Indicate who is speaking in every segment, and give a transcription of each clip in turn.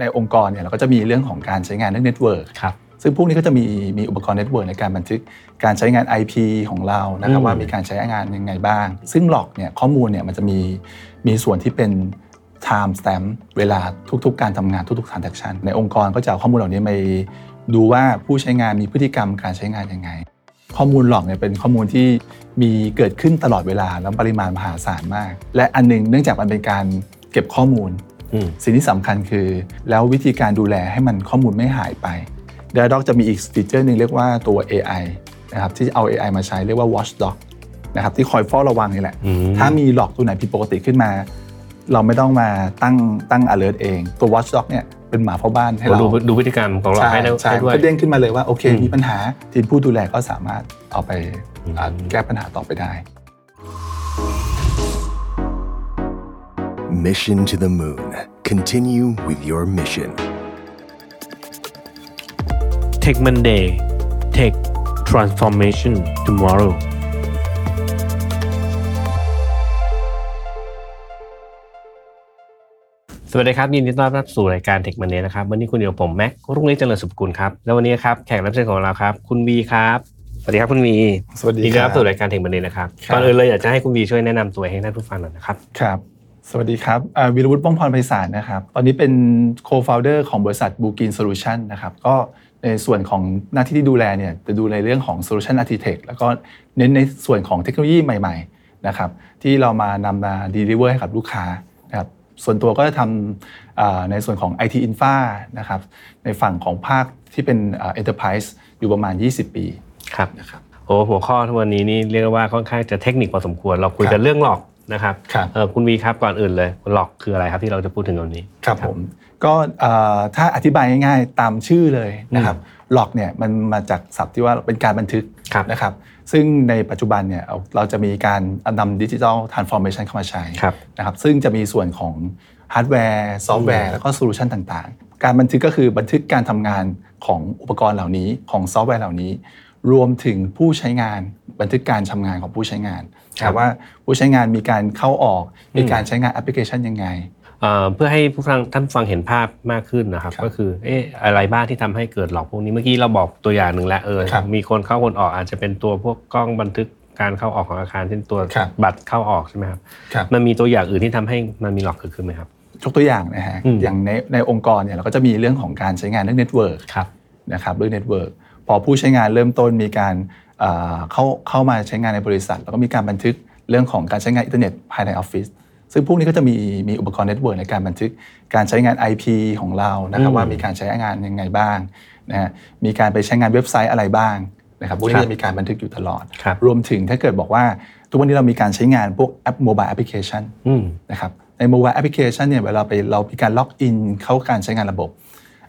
Speaker 1: ในองค์กรเนี่ยเราก็จะมีเรื่องของการใช้งานเรื่องเน็ตเวิร์ก
Speaker 2: ครับ
Speaker 1: ซึ่งพวกนี้ก็จะมีมีอุปกรณ์เน็ตเวิร์กในการบันทึกการใช้งาน IP ของเรานะครับ
Speaker 2: อืม
Speaker 1: ว่ามีการใช้งานยังไงบ้าง ซึ่งหลอกเนี่ยข้อมูลเนี่ยมันจะมีมีส่วนที่เป็น time stamp เวลาทุกๆ การทำงานทุกๆ transaction ในองค์กรก็จะเอาข้อมูลเหล่านี้ไปดูว่าผู้ใช้งานมีพฤติกรรมการใช้งานยังไง ข้อมูลหลอกเนี่ยเป็นข้อมูลที่มีเกิดขึ้นตลอดเวลาแล้วปริมาณมหาศาลมาก และอันหนึงเนื่องจากมันเป็นการเก็บข้อมูล
Speaker 2: อืม
Speaker 1: สิ่งที่สำคัญคือ แล้ววิธีการดูแลให้มันข้อมูลไม่หายไป d i a d o g จะมีอีกฟีเจอร์หนึ่งเรียกว่าตัว AI นะครับที่เอา AI มาใช้เรียกว่า Watchdog นะครับที่คอยเฝ้าระวังนี่แหละ
Speaker 2: อืม
Speaker 1: ถ้ามีหลอกตัวไหนผิดปกติขึ้นมา เราไม่ต้องมาตั้งตั้ง alert เอง ตัว Watchdog เนี่ยเป็นหมาเฝ้าบ้านให้เรา
Speaker 2: ดูดูพฤติกรรมของเรา
Speaker 1: ใช่
Speaker 2: ให้ได้
Speaker 1: ใช่
Speaker 2: ให้ด้วย
Speaker 1: ก็เด้งขึ้นมาเลยว่าโอเค
Speaker 2: อืม
Speaker 1: มีปัญหาทีมผู้ดูแลก็สามารถเอาไปอ่า
Speaker 2: อืม
Speaker 1: แก้ปัญหาต่อไปได้
Speaker 3: Mission to the Moon. Continue with your mission.
Speaker 2: Take Monday Take Transformation Tomorrow สวัสดีครับ ยินดีต้อนรับสู่รายการ Tech Monday นะครับ วันนี้คุณเดียวกับผมแม็กรุ่งนี้เจริญสุขกุลครับ แล้ววันนี้ครับแขกรับเชิญของเราครับ คุณวีครับ สวัสดีครับคุณวี
Speaker 1: สวัสดี
Speaker 2: ยินดีต้อน
Speaker 1: ค
Speaker 2: รับ
Speaker 1: รั
Speaker 2: สู่
Speaker 1: บ
Speaker 2: รายการ Tech Monday นะครับ
Speaker 1: ครับ
Speaker 2: ก่อนอื่นเลยอยากจะให้คุณวีช่วยแนะนำตัวให้ท่านผู้ฟังหน่อยนะครับ
Speaker 1: ครับ สวัสดีครับอ่าวีรวุฒิป้องพรไพศาลนะครับ ตอนนี้เป็น co-founder ของบริษัทบูกินโซลูชันนะครับ ก็ในส่วนของหน้าที่ที่ดูแลเนี่ยจะดูในเรื่องของ Solution Architect แล้วก็เน้นในส่วนของเทคโนโลยีใหม่ๆนะครับที่เรามานำมา deliver ให้กับลูกค้านะครับ ส่วนตัวก็จะทำอ่าในส่วนของ IT Infra นะครับในฝั่งของภาคที่เป็นอ่า Enterprise อยู่ประมาณ 20 ปี
Speaker 2: ครับโอ้หัวข้อทุกวันนี้นี่เรียกว่าค่อนข้างจะเทคนิคพอสมควร เราคุยกันเรื่องหลอกนะครับ
Speaker 1: ครับ
Speaker 2: เอ่อคุณวีครับก่อนอื่นเลยหลอกคืออะไรครับที่เราจะพูดถึงวันนี้
Speaker 1: ครับผมก็เอ่อถ้าอธิบายง่ายๆตามชื่อเลยนะครับหลอกเนี่ยมันมาจากศัพท์ที่ว่าเป็นการบันทึก
Speaker 2: ครับ
Speaker 1: นะครับซึ่งในปัจจุบันเนี่ยเอาเราจะมีการนำดิจิทัลทรานส์ฟอร์เมชันเข้ามาใช้
Speaker 2: ครับ
Speaker 1: นะครับซึ่งจะมีส่วนของฮาร์ดแวร์ซอฟต์แว
Speaker 2: อื
Speaker 1: ร์
Speaker 2: ม
Speaker 1: แล้วก็โซลูชันต่างๆ การบันทึกก็คือบันทึกการทำงานของอุปกรณ์เหล่านี้ของซอฟต์แวร์เหล่านี้ รวมถึงผู้ใช้งานบันทึกการทำงานของผู้ใช้งานนะครับว่าผู้ใช้งานมีการเข้าออกมีการใช้งานแอปพลิเคชันยังไง
Speaker 2: เอ่อเพื่อให้ผู้ฟังท่านผู้ฟังเห็นภาพมากขึ้นนะครับ
Speaker 1: ครับ
Speaker 2: ก็คือเอะอะไรบ้างที่ทำให้เกิดหลอกพวกนี้เมื่อกี้เราบอกตัวอย่างหนึ่งแล้วเออ
Speaker 1: ครับ
Speaker 2: มีคนเข้าคนออกอาจจะเป็นตัวพวกกล้องบันทึกการเข้าออกของอาคารเช่นตัว
Speaker 1: ครับ
Speaker 2: บัตรเข้าออกใช่ไหมครับ
Speaker 1: ครับ
Speaker 2: มันมีตัวอย่างอื่นที่ทำให้มันมีหลอกเกิดขึ้นไหมครับ
Speaker 1: ยกตัวอย่างนะฮะ
Speaker 2: อืม
Speaker 1: อย่างในในองค์กรเนี่ยเราก็จะมีเรื่องของการใช้งานเรื่องเน็ตเวิร์ก
Speaker 2: ครับ
Speaker 1: นะครับเรื่องเน็ตเวิร์กพอผู้ใช้งานเริ่มต้นมีการเอ่อเข้าเข้ามาใช้งานในบริษัท แล้วก็มีการบันทึกเรื่องของการใช้งานอินเทอร์เน็ตภายในออฟฟิศซึ่งพวกนี้ก็จะมีมีอุปกรณ์เน็ตเวิร์กในการบันทึกการใช้งาน IP ของเรานะครับ
Speaker 2: อืม
Speaker 1: ว่ามีการใช้งานยังไงบ้างนะฮะมีการไปใช้งานเว็บไซต์อะไรบ้างนะครับพวกนี้จะมีการบันทึกอยู่ตลอด
Speaker 2: ครับ
Speaker 1: รวมถึงถ้าเกิดบอกว่าทุกวันนี้เรามีการใช้งานพวกแอปโมบายแอปพลิเคชัน
Speaker 2: อืม
Speaker 1: นะครับใน mobile application เนี่ยเวลาไปเรามีการล็อกอินเข้าการใช้งานระบบ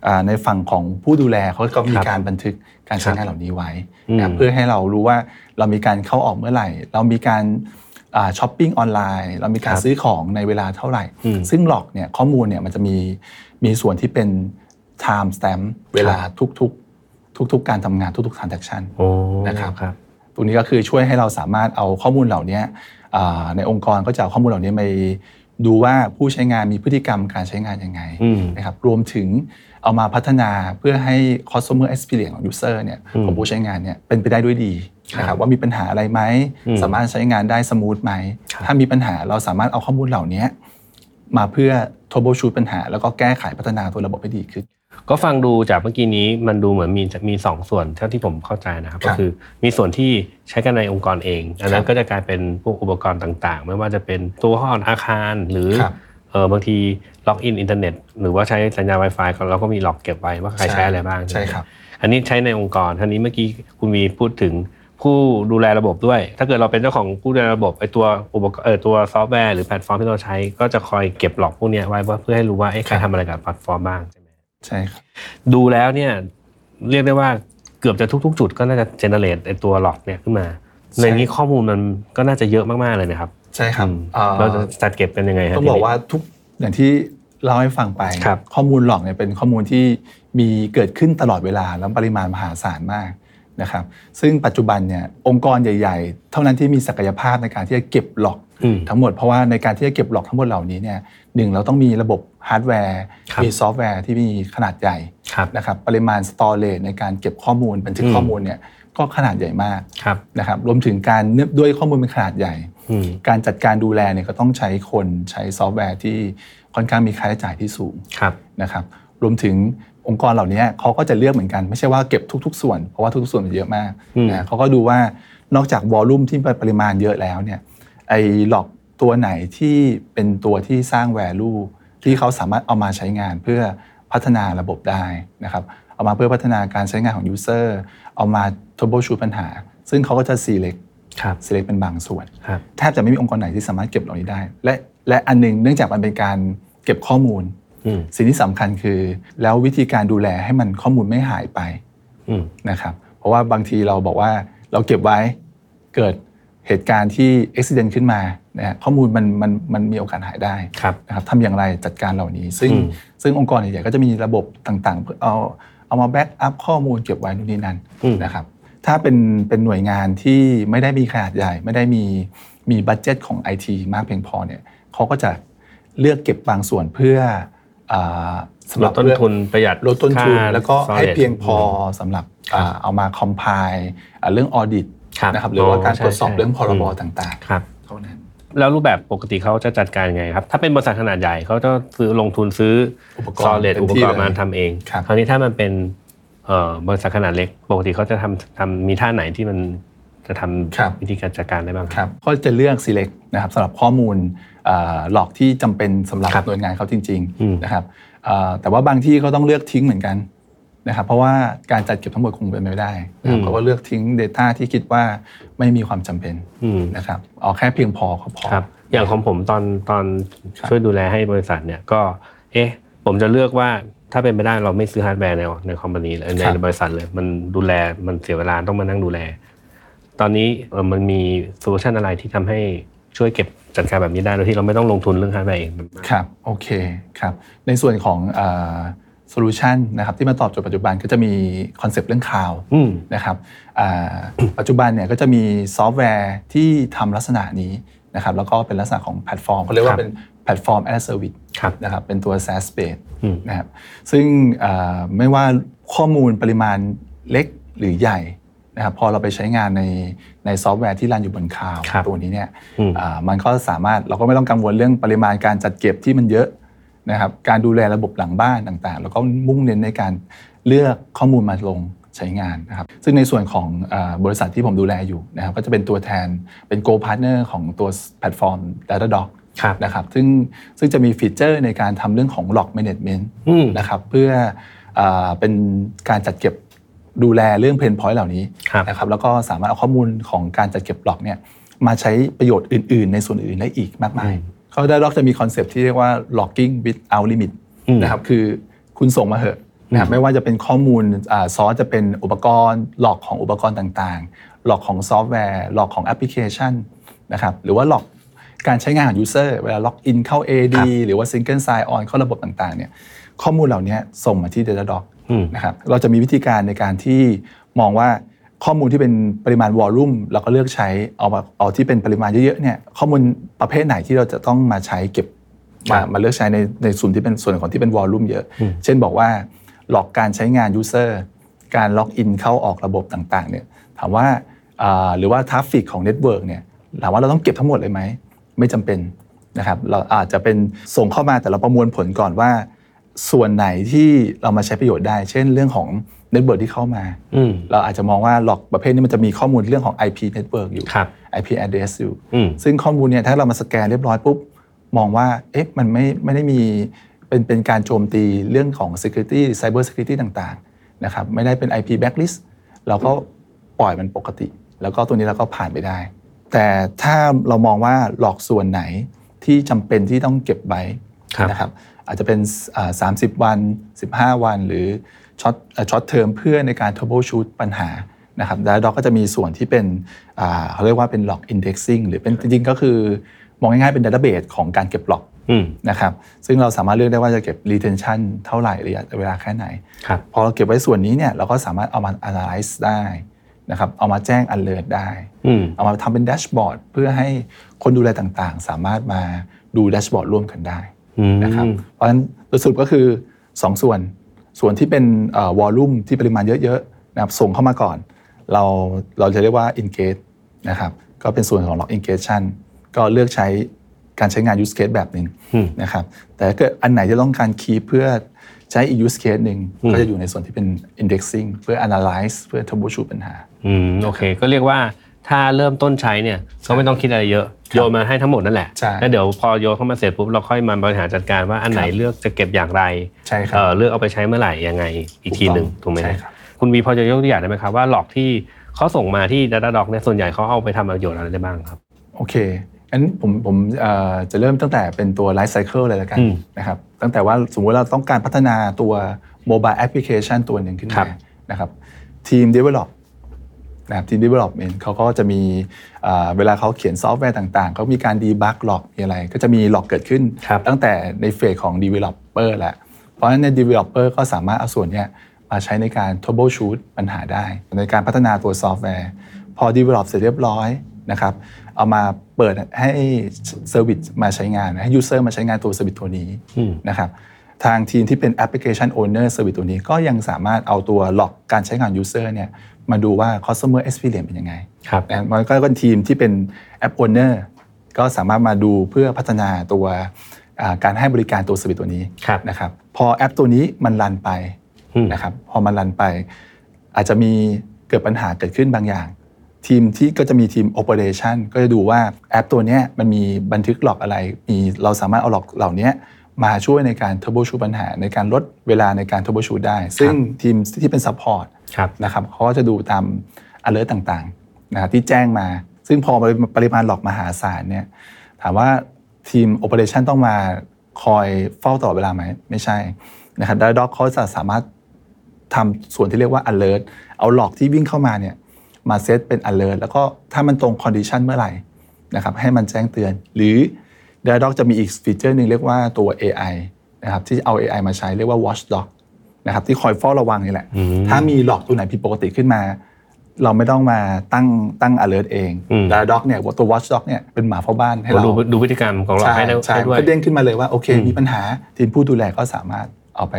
Speaker 1: อ่าในฝั่งของผู้ดูแลเขาก็มี
Speaker 2: ครับ
Speaker 1: การบันทึกการใช้งานเหล่านี้ไว้นะครับ
Speaker 2: อืม
Speaker 1: เพื่อให้เรารู้ว่าเรามีการเข้าออกเมื่อไหร่ เรามีการอ่าช้อปปิ้งออนไลน์ เรามีการ
Speaker 2: ครับ
Speaker 1: ซื้อของในเวลาเท่าไหร่
Speaker 2: อืม
Speaker 1: ซึ่งหลอกเนี่ยข้อมูลเนี่ยมันจะมีมีส่วนที่เป็น time stamp เวลาทุกๆทุกๆ การทำงานทุกๆ transaction
Speaker 2: โอ้
Speaker 1: นะครับ
Speaker 2: ครับ
Speaker 1: ตรงนี้ก็คือช่วยให้เราสามารถเอาข้อมูลเหล่านี้อ่าในองค์กรก็จะเอาข้อมูลเหล่านี้ไปดูว่าผู้ใช้งานมีพฤติกรรมการใช้งานยังไง
Speaker 2: อืม
Speaker 1: นะครับรวมถึงเอามาพัฒนาเพื่อให้ customer experience ของ user เนี่ย
Speaker 2: อืม
Speaker 1: ของผู้ใช้งานเนี่ยเป็นไปได้ด้วยดีนะค
Speaker 2: ครั
Speaker 1: รั
Speaker 2: บบ
Speaker 1: ว่ามีปัญหาอะไรไหม
Speaker 2: อืม
Speaker 1: สามารถใช้งานได้สมูทไหม
Speaker 2: ครับ
Speaker 1: ถ้ามีปัญหาเราสามารถเอาข้อมูลเหล่านี้มาเพื่อ troubleshoot ปัญหา แล้วก็แก้ไขพัฒนาตัวระบบให้ดีขึ้น
Speaker 2: ก็ฟังดูจากเมื่อกี้นี้มันดูเหมือนมีมีสองส่วนเท่าที่ผมเข้าใจนะครับ
Speaker 1: ค
Speaker 2: ก็
Speaker 1: รับ
Speaker 2: คือมีส่วนที่ใช้กันในองค์กรเอง อันนั้
Speaker 1: ครั
Speaker 2: น
Speaker 1: บ
Speaker 2: ก็จะกลายเป็นพวกอุปกรณ์ต่างๆ ไม่ว่าจะเป็นตัวห้องอาคารหรือ
Speaker 1: ครับ
Speaker 2: เออบางทีล็อกอินอินเทอร์เน็ตหรือว่าใช้สัญญาณ Wi-Fi ก็เราก็มีล็อกเก็บไว้ว่าใคร
Speaker 1: ใช่
Speaker 2: ใช้อะไรบ้าง
Speaker 1: ใช่ครับ
Speaker 2: อันนี้ใช้ในองค์กรท่านี้เมื่อกี้คุณมีพูดถึงผู้ดูแลระบบด้วย ถ้าเกิดเราเป็นเจ้าของผู้ดูแลระบบไอตัวอุปกรณ์เออตัวซอฟต์แวร์หรือแพลตฟอร์มที่เราใช้ก็จะคอยเก็บล็อกพวกเนี้ยไว้เพื่อให้รู้ว่าเอ๊ะใครทำอะไรกับแพลตฟอร์มบ้างใช่ไหม
Speaker 1: ใช่ครับ
Speaker 2: ดูแล้วเนี่ยเรียกได้ว่าเกือบจะทุก ๆ จุดก็น่าจะเจเนเรตไอตัวหลอดเนี่ยขึ้นมา
Speaker 1: ใช่
Speaker 2: ในนี้ข้อมูลมันก็น่าจะเยอะมากๆเลยนะครับ
Speaker 1: ใช่ครับ
Speaker 2: อืม
Speaker 1: อ่า
Speaker 2: เราจะจัดเก็บกันยังไงฮะ
Speaker 1: ต้องบอก
Speaker 2: ทีนี้
Speaker 1: ว่าทุกอย่างที่เล่าให้ฟังไป
Speaker 2: ครับ
Speaker 1: ข้อมูลหลอกเนี่ยเป็นข้อมูลที่มีเกิดขึ้นตลอดเวลาแล้วปริมาณมหาศาลมาก นะครับซึ่งปัจจุบันเนี่ยองค์กรใหญ่ ๆ เท่านั้นที่มีศักยภาพในการที่จะเก็บหลอก
Speaker 2: อืม
Speaker 1: ทั้งหมด เพราะว่าในการที่จะเก็บหลอกทั้งหมดเหล่านี้เนี่ยหนึ่งเราต้องมีระบบฮาร์ดแวร์
Speaker 2: ครับ
Speaker 1: มีซอฟต์แวร์ที่มีขนาดใหญ่
Speaker 2: ครับ
Speaker 1: นะครับปริมาณสตอเรจในการเก็บข้อมูลบันทึก
Speaker 2: อืม
Speaker 1: ข้อมูลเนี่ยก็ขนาดใหญ่มาก
Speaker 2: ครับ
Speaker 1: นะครับรวมถึงการเนื่องด้วยข้อมูลเป็นขนาดใหญ่
Speaker 2: อืม
Speaker 1: การจัดการดูแลเนี่ยก็ต้องใช้คนใช้ซอฟต์แวร์ที่ค่อนข้างมีค่าใช้จ่ายที่สูง
Speaker 2: ครับ
Speaker 1: นะครับรวมถึงองค์กรเหล่านี้เขาก็จะเลือกเหมือนกันไม่ใช่ว่าเก็บทุก ๆ ส่วนเพราะว่าทุกๆส่วนมันเยอะมาก
Speaker 2: อืม
Speaker 1: นะเขาก็ดูว่านอกจากวอลลุ่มที่เป็นปริมาณเยอะแล้วเนี่ยไอ้หลอกตัวไหนที่เป็นตัวที่สร้างแวลูที่เขาสามารถเอามาใช้งานเพื่อพัฒนาระบบได้นะครับเอามาเพื่อพัฒนาการใช้งานของยูเซอร์เอามา troubleshoot ปัญหา ซึ่งเขาก็จะ select
Speaker 2: ครับ
Speaker 1: select เป็นบางส่วน
Speaker 2: ครับ
Speaker 1: แทบจะไม่มีองค์กรไหนที่สามารถเก็บเหล่านี้ได้ และและอันหนึงเนื่องจากมันเป็นการเก็บข้อมูล
Speaker 2: อืม
Speaker 1: สิ่งที่สำคัญคือ แล้ววิธีการดูแลให้มันข้อมูลไม่หายไป
Speaker 2: อืม
Speaker 1: นะครับเพราะว่าบางทีเราบอกว่าเราเก็บไว้เกิดเหตุการณ์ที่อุบิเหตุขึ้นมานะฮะข้อมูลมันมันมันมีโอกาสหายได้
Speaker 2: ครับ
Speaker 1: นะครับทำอย่างไรจัดการเหล่านี้ ซึ่ง
Speaker 2: อืม
Speaker 1: ซึ่งองค์กรใหญ่ๆก็จะมีระบบต่างๆเพื่อเอาเอามาแบ็กอัพข้อมูลเก็บไว้นู่นนี่นั่น
Speaker 2: อืม
Speaker 1: นะครับถ้าเป็นเป็นหน่วยงานที่ไม่ได้มีขนาดใหญ่ ไม่ได้มีมีบัตเจตของ IT มากเพียงพอเนี่ยเขาก็จะเลือกเก็บบางส่วนเพื่ออ่าสำห
Speaker 2: ล
Speaker 1: รั
Speaker 2: ด
Speaker 1: บ
Speaker 2: ต้น
Speaker 1: เรื่อง
Speaker 2: ทุนประหยัด
Speaker 1: ลดต้นทุน
Speaker 2: ค่า
Speaker 1: แล้วก็ให้
Speaker 2: storage
Speaker 1: เพียงพอสำหรับ
Speaker 2: ครับ
Speaker 1: อ่าเอามาคอมไพล์เรื่องออดิต
Speaker 2: ครับ
Speaker 1: นะครับหรือว่าการตรวจสอบ
Speaker 2: ใช่
Speaker 1: เรื่องพรบ
Speaker 2: ม
Speaker 1: ต่าง
Speaker 2: ครับ
Speaker 1: ๆเท่านั้น
Speaker 2: แล้วรูปแบบปกติเขาจะจัดการยังไงครับ ถ้าเป็นบริษัทขนาดใหญ่เขาจะซื้อลงทุนซื้อ
Speaker 1: อุปกร
Speaker 2: ซอ
Speaker 1: ณ์
Speaker 2: เลต
Speaker 1: เต็
Speaker 2: อุป
Speaker 1: ที่
Speaker 2: กรณ์
Speaker 1: เล
Speaker 2: มาย ทำเอง
Speaker 1: ครับ
Speaker 2: คราวนี้ถ้ามันเป็นเอ่อบริษัทขนาดเล็ก ปกติเขาจะทำทำมีท่าไหนที่มันจะทำ
Speaker 1: ครับ
Speaker 2: วิธีการจัดการได้บ้าง
Speaker 1: ครับก็จะเลือก select นะครับสำหรับข้อมูลอ่าหลอกที่จำเป็นสำหรับ
Speaker 2: ครับ
Speaker 1: หน่วยงานเขาจริง
Speaker 2: อืม
Speaker 1: ๆ นะครับเอ่อแต่ว่าบางที่ก็ต้องเลือกทิ้งเหมือนกันนะครับเพราะว่าการจัดเก็บทั้งหมดคงเป็นไปไม่ได้นะครับเขาก็เลือกทิ้ง Data ที่คิดว่าไม่มีความจำเป็น
Speaker 2: อืม
Speaker 1: นะครับเอาแค่เพียงพอก็พอ
Speaker 2: ครับอย่างของผมตอนตอน
Speaker 1: ครับ
Speaker 2: ช่วยดูแลให้บริษัทเนี่ยก็ เอ๊ะ ผมจะเลือกว่าถ้าเป็นไปได้เราไม่ซื้อฮาร์ดแวร์ในในคอมพานีเลยใน
Speaker 1: ครับ
Speaker 2: บริษัทเลย มันดูแลมันเสียเวลาต้องมานั่งดูแล ตอนนี้เอ่อมันมีโซลูชันอะไรที่ทำให้ช่วยเก็บจัดการแบบนี้ได้โดยที่เราไม่ต้องลงทุนเรื่องฮาร์ดแวร์เอง
Speaker 1: ครับโอเคครับในส่วนของโซลูชันนะครับที่มาตอบโจทย์ปัจจุบันก็จะมีคอนเซปต์เรื่องคลาว
Speaker 2: อืม
Speaker 1: นะครับอ่า ปัจจุบันเนี่ยก็จะมีซอฟต์แวร์ที่ทำลักษณะนี้นะครับแล้วก็เป็นลักษณะของแพลตฟอร์มเขาเรียก
Speaker 2: ครั
Speaker 1: ว่า
Speaker 2: บ
Speaker 1: เป็นแพลตฟอร์ม as a service
Speaker 2: ครับ
Speaker 1: นะครับเป็นตัว SaaS base
Speaker 2: อืม
Speaker 1: นะครับซึ่งอ่าไม่ว่าข้อมูลปริมาณเล็กหรือใหญ่นะครับพอเราไปใช้งานในในซอฟต์แวร์ที่รันอยู่บนคลาวด์
Speaker 2: ครับ
Speaker 1: ตัวนี้เนี่ย
Speaker 2: อืม
Speaker 1: อ่ามันก็สามารถเราก็ไม่ต้องกังวลเรื่องปริมาณการจัดเก็บที่มันเยอะนะครับการดูแลระบบหลังบ้านต่างๆ แล้วก็มุ่งเน้นในการเลือกข้อมูลมาลงใช้งานนะครับซึ่งในส่วนของอาบริษัทที่ผมดูแลอยู่นะครับก็จะเป็นตัวแทนเป็น Go Partner ของตัวแพลตฟอร์ม Datadog
Speaker 2: ครับ
Speaker 1: นะครับซึ่งซึ่งจะมีฟีเจอร์ในการทำเรื่องของ Log Management
Speaker 2: อืม
Speaker 1: นะครับเพื่ออาเป็นการจัดเก็บดูแลเรื่องเพนพอยต์เหล่านี้
Speaker 2: ครับ
Speaker 1: นะครับแล้วก็สามารถเอาข้อมูลของการจัดเก็บบล็อกเนี่ยมาใช้ประโยชน์อื่น ๆ ในส่วนอื่นได้อีกมากมาย
Speaker 2: อืม
Speaker 1: เขาได้ล็อกจะมีคอนเซปต์ที่เรียกว่า logging without limit
Speaker 2: อืม
Speaker 1: นะครับคือคุณส่งมาเหอะนะครับไม่ว่าจะเป็นข้อมูลอ่าซอสจะเป็นอุปกรณ์หลอกของอุปกรณ์ต่างๆ หลอกของซอฟต์แวร์ หลอกของแอปพลิเคชันนะครับหรือว่าหลอกการใช้งานของยูเซอร์เวลาล็อกอินเข้า AD
Speaker 2: ครับ
Speaker 1: หรือว่า Single Sign On เข้าระบบต่างๆเนี่ยข้อมูลเหล่านี้ส่งมาที่ Datadog
Speaker 2: อืม
Speaker 1: นะครับเราจะมีวิธีการในการที่มองว่าข้อมูลที่เป็นปริมาณวอลลุ่มเราก็เลือกใช้เอามาเอาที่เป็นปริมาณเยอะๆเนี่ยข้อมูลประเภทไหนที่เราจะต้องมาใช้เก็บ
Speaker 2: ครั
Speaker 1: มา
Speaker 2: บ
Speaker 1: มาเลือกใช้ในในส่วนที่เป็นส่วนของที่เป็นวอลลุ่มเยอะ
Speaker 2: อืม
Speaker 1: เช่นบอกว่าหลอกการใช้งานยูเซอร์การล็อกอินเข้าออกระบบต่างๆเนี่ยถามว่าอ่าหรือว่าทราฟฟิกของเน็ตเวิร์กเนี่ยถามว่าเราต้องเก็บทั้งหมดเลยไหม ไม่จำเป็นนะครับเราอาจจะเป็นส่งเข้ามาแต่เราประมวลผลก่อนว่า ส่วนไหนที่เรามาใช้ประโยชน์ได้ เช่นเรื่องของเน็ตเวิร์กที่เข้ามา
Speaker 2: อืม
Speaker 1: เราอาจจะมองว่าหลอกประเภทนี้มันจะมีข้อมูลเรื่องของ IP network อยู่
Speaker 2: ครับ
Speaker 1: IP address อยู่
Speaker 2: อืม
Speaker 1: ซึ่งข้อมูลเนี่ยถ้าเรามาสแกนเรียบร้อยปุ๊บ มองว่าเอ๊ะมันไม่ไม่ได้มีเป็นเป็นการโจมตีเรื่องของ security cyber security ต่างๆนะครับไม่ได้เป็น IP blacklist เราก็ปล่อยมันปกติ แล้วก็ตัวนี้เราก็ผ่านไปได้ แต่ถ้าเรามองว่าหลอกส่วนไหนที่จำเป็นที่ต้องเก็บไว้
Speaker 2: ครับ
Speaker 1: นะครับอาจจะเป็นอ่า30 วัน 15 วันหรือช็อตช็อตเทอมเพื่อในการ trouble shoot ปัญหานะครับแล้วดอกก็จะมีส่วนที่เป็นอ่าเขาเรียกว่าเป็น log indexing หรือเป็นจริงๆก็คือมองง่ายๆเป็น database ของการเก็บ log
Speaker 2: อืม
Speaker 1: นะครับซึ่งเราสามารถเลือกได้ว่าจะเก็บ retention เท่าไหร่ระยะเวลาแค่ไหน
Speaker 2: ครับ
Speaker 1: พอเราเก็บไว้ส่วนนี้เนี่ยเราก็สามารถเอามา analyze ได้ นะครับเอามาแจ้ง alert ได้
Speaker 2: อืม
Speaker 1: เอามาทำเป็นแดชบอร์ดเพื่อให้คนดูแลต่างๆ สามารถมาดูแดชบอร์ดร่วมกันได้นะครับเพราะฉะนั้นโดยสรุปก็คือ 2สองส่วน ส่วนที่เป็นวอลลุ่มที่ปริมาณเยอะๆนะครับส่งเข้ามาก่อน เราเราจะเรียกว่า engage นะครับก็เป็นส่วนของ log engagement ก็เลือกใช้การใช้งาน use case แบบหนึ่ง
Speaker 2: อืม
Speaker 1: นะครับแต่ถ้าเกิดอันไหนจะต้องการ keep เพื่อใช้อีก use case หนึ่งก็จะอยู่ในส่วนที่เป็น indexing เพื่อ analyze เพื่อ troubleshoot ปัญหา
Speaker 2: อืมโอเค ก็เรียกว่าถ้าเริ่มต้นใช้เนี่ยก็ไม่ต้องคิดอะไรเยอะ โยนมาให้ทั้งหมดนั่นแหละ
Speaker 1: ใช่
Speaker 2: แล้วเดี๋ยวพอโยนเข้ามาเสร็จปุ๊บเราค่อยมาบริหารจัดการว่าอันไหน
Speaker 1: ครับ
Speaker 2: เลือกจะเก็บอย่างไร
Speaker 1: ใช่ครับ
Speaker 2: เอ่อเลือกเอาไปใช้เมื่อไหร่ยังไงอีกทีหนึ่ง
Speaker 1: ถู
Speaker 2: ถู
Speaker 1: ก
Speaker 2: ก
Speaker 1: ต้อง
Speaker 2: ไหม
Speaker 1: ใช่
Speaker 2: ฮะ
Speaker 1: ครับ
Speaker 2: คุณวีพอจะยกตัวอย่างได้ไหมครับว่าหลอกที่เขาส่งมาที่ Data d o c เนี่ยส่วนใหญ่เขาเอาไปทำประโยชน์อะไรได้บ้างครับ
Speaker 1: โอเค งั้นผมผมเอ่อจะเริ่มตั้งแต่เป็นตัวไลฟ์ไซเคิลเลยละกัน
Speaker 2: อืม
Speaker 1: นะครับ ตั้งแต่ว่าสมมติเราต้องการพัฒนาตัวโมบายแอปพลิเคชันตัวหนึ่งขึ้น
Speaker 2: ครั
Speaker 1: มา
Speaker 2: บ
Speaker 1: นะครับทีม Develop นะครับทีม Development เขาก็จะมีเอ่อเวลาเขาเขียนซอฟต์แวร์ต่างๆ เขามีการดีบักหลอกมีอะไร ก็จะมีหลอกเกิดขึ้น
Speaker 2: ครับ
Speaker 1: ตั้งแต่ในเฟสของ Developer แหละ เพราะฉะนั้นใน Developer ก็สามารถเอาส่วนเนี้ยมาใช้ในการ troubleshoot ปัญหาได้ ในการพัฒนาตัวซอฟต์แวร์ พอ develop เสร็จเรียบร้อยนะครับ เอามาเปิดให้ Service มาใช้งานให้ User มาใช้งานตัว Service ตัวนี้
Speaker 2: อืม
Speaker 1: นะครับ ทางทีมที่เป็น application owner service ตัวนี้ก็ยังสามารถเอาตัวล็อกการใช้งาน user เนี่ยมาดูว่า customer experience เป็นยังไง
Speaker 2: ครับ
Speaker 1: นะมันก็เป็นทีมที่เป็นแอป Owner ก็สามารถมาดูเพื่อพัฒนาตัวอ่าการให้บริการตัวสวิตตัวนี้
Speaker 2: ครับ
Speaker 1: นะครับพอแอปตัวนี้มันรันไป
Speaker 2: อืม
Speaker 1: นะครับพอมันรันไป อาจจะมีเกิดปัญหาเกิดขึ้นบางอย่าง ทีมที่ก็จะมีทีม Operation ก็จะดูว่าแอปตัวเนี้ยมันมีบันทึกหลอกอะไร มีเราสามารถเอาหลอกเหล่านี้มาช่วยในการ Turbo Shoot ปัญหา ในการลดเวลาในการ Turbo Shoot ได้ ซึ่งทีมที่เป็น Support
Speaker 2: ครับ
Speaker 1: นะครับเขาก็จะดูตาม alert ต่างๆนะครับที่แจ้งมา ซึ่งพอปริมาณหลอกมหาศาลเนี่ยถามว่าทีม operation ต้องมาคอยเฝ้าตลอดเวลาไหม ไม่ใช่นะครับดัลด็อกเขาจะสามารถทำส่วนที่เรียกว่า alert เอาหลอกที่วิ่งเข้ามาเนี่ยมาเซตเป็น alert แล้วก็ถ้ามันตรง condition เมื่อไหร่นะครับให้มันแจ้งเตือน หรือดัลด็อกจะมีอีกฟีเจอร์หนึ่งเรียกว่าตัว AI นะครับที่เอา AI มาใช้เรียกว่า watchdog นะครับที่คอยเฝ้าระวังนี่แหละ ถ้ามีหลอกตัวไหนผิดปกติขึ้นมา เราไม่ต้องมาตั้งตั้ง alert เอง
Speaker 2: อืม
Speaker 1: ดาด็อกเนี่ยตัว watchdog เนี่ยเป็นหมาเฝ้าบ้านให้เรา
Speaker 2: ดูดูพฤติกรรมของเรา
Speaker 1: ใช่
Speaker 2: ให้ได้
Speaker 1: ใช่
Speaker 2: ให้ด้วย
Speaker 1: ก็เด้งขึ้นมาเลยว่า โอเค
Speaker 2: อืม
Speaker 1: มีปัญหาทีมผู้ดูแลก็สามารถเอาไป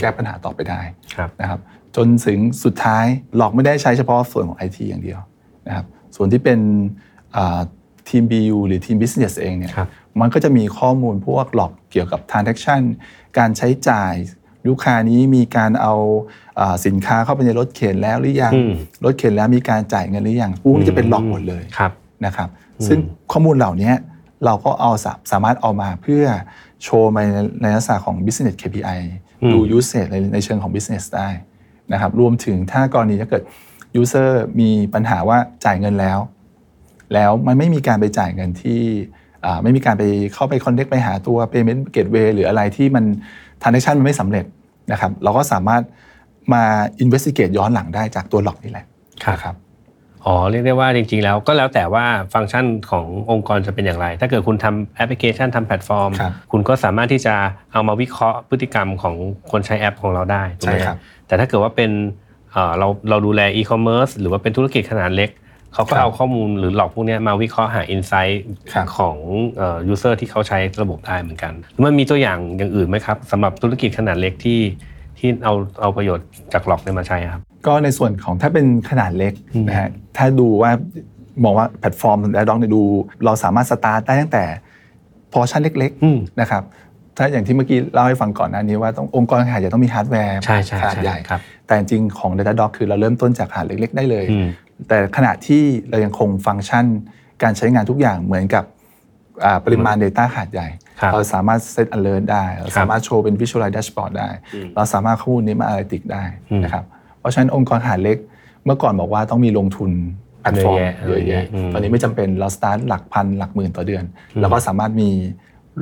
Speaker 1: แก้ปัญหาต่อไปได้
Speaker 2: ครับ
Speaker 1: นะครับจนถึงสุดท้ายหลอกไม่ได้ใช้เฉพาะส่วนของ IT อย่างเดียวนะครับส่วนที่เป็นอ่าทีม BU หรือทีม Business เองเนี่ย
Speaker 2: ครับ
Speaker 1: มันก็จะมีข้อมูลพวกหลอกเกี่ยวกับ transaction การใช้จ่ายลูกค้านี้มีการเอาเอ่อสินค้าเข้าไปในรถเข็นแล้วหรือยัง
Speaker 2: อืม
Speaker 1: รถเข็นแล้วมีการจ่ายเงินหรือยังพวกนี้จะเป็นหลอกหมดเลย
Speaker 2: ครับ
Speaker 1: นะครับ
Speaker 2: อืม
Speaker 1: ซึ่งข้อมูลเหล่านี้เราก็เอาสาสามารถเอามาเพื่อโชว์มาในในลักษณะของ business KPI ดู usage ในในเชิงของ business ได้นะครับรวมถึงถ้ากรณีถ้าเกิด user มีปัญหาว่าจ่ายเงินแล้ว แล้วมันไม่มีการไปจ่ายเงินที่อ่าไม่มีการไปเข้าไปคอนเน c t ไปหาตัว payment gateway หรืออะไรที่มัน transaction มันไม่สำเร็จนะครับเราก็สามารถมา investigate ย้อนหลังได้จากตัวหลอกนี่แหละ
Speaker 2: ครับ
Speaker 1: นะครับ
Speaker 2: อ๋อเรียกได้ว่าจริงๆแล้วก็แล้วแต่ว่าฟังก์ชันขององค์กรจะเป็นอย่างไร ถ้าเกิดคุณทำแอปพลิเคชันทำแพลตฟอร์ม
Speaker 1: ครับ
Speaker 2: คุณก็สามารถที่จะเอามาวิเคราะห์พฤติกรรมของคนใช้แอปของเราได้ถูกไหม
Speaker 1: ใช่ครับ
Speaker 2: แต่ถ้าเกิดว่าเป็นเอ่อเราเราดูแลอีคอมเมิร์ซหรือว่าเป็นธุรกิจขนาดเล็ก เขาก็
Speaker 1: ครับ
Speaker 2: เอาข้อมูลหรือหลอกพวกเนี้ยมาวิเคราะห์หาอินไซต์
Speaker 1: ครับ
Speaker 2: ของเอ่อยูเซอร์ที่เขาใช้ระบบได้เหมือนกันแล้วมันมีตัวอย่างอย่างอื่นไหมครับสำหรับธุรกิจขนาดเล็กที่ที่เอาเอาประโยชน์จากหลอกเนี่ยมาใช้ครับ
Speaker 1: ก็ในส่วนของถ้าเป็นขนาดเล็ก
Speaker 2: อืม
Speaker 1: นะฮะถ้าดูว่ามองว่าแพลตฟอร์มและดองเนี่ยดู เราสามารถสตาร์ทได้ตั้งแต่พอชั่นเล็ก
Speaker 2: อืม
Speaker 1: ๆนะครับถ้าอย่างที่เมื่อกี้เล่าให้ฟังก่อนหน้านี้ว่าต้ององค์กรขนาดใหญ่ต้องมีฮาร์ดแวร์
Speaker 2: ใช่ใช่
Speaker 1: ขนาด
Speaker 2: ใช่
Speaker 1: ใหญ่
Speaker 2: ครับ
Speaker 1: แต่จริงๆของ Data d o c คือเราเริ่มต้นจากขนาดเล็ก ๆ ได้เลย
Speaker 2: อืม
Speaker 1: แต่ขณะที่เรายังคงฟังก์ชันการใช้งานทุกอย่างเหมือนกับอ่าปริมาณ Data ขนาดใหญ่
Speaker 2: ครับ
Speaker 1: เราสามารถเซต alert ได้ เราสามารถโชว์เป็น visualize dashboard ได้
Speaker 2: อืม
Speaker 1: เราสามารถข้อมูลนี้มา analytic ได้
Speaker 2: อืม
Speaker 1: นะครับเพราะฉะนั้นองค์กรขนาดเล็กเมื่อก่อนบอกว่าต้องมีลงทุนแพลตฟอร์ม
Speaker 2: เย
Speaker 1: เย
Speaker 2: อะ
Speaker 1: อะ
Speaker 2: แยะ
Speaker 1: แยะ
Speaker 2: อืม
Speaker 1: ตอนนี้ไม่จำเป็นเราสตาร์ทหลักพันหลักหมื่นต่อเดือน
Speaker 2: อืม
Speaker 1: แล้วก็สามารถมี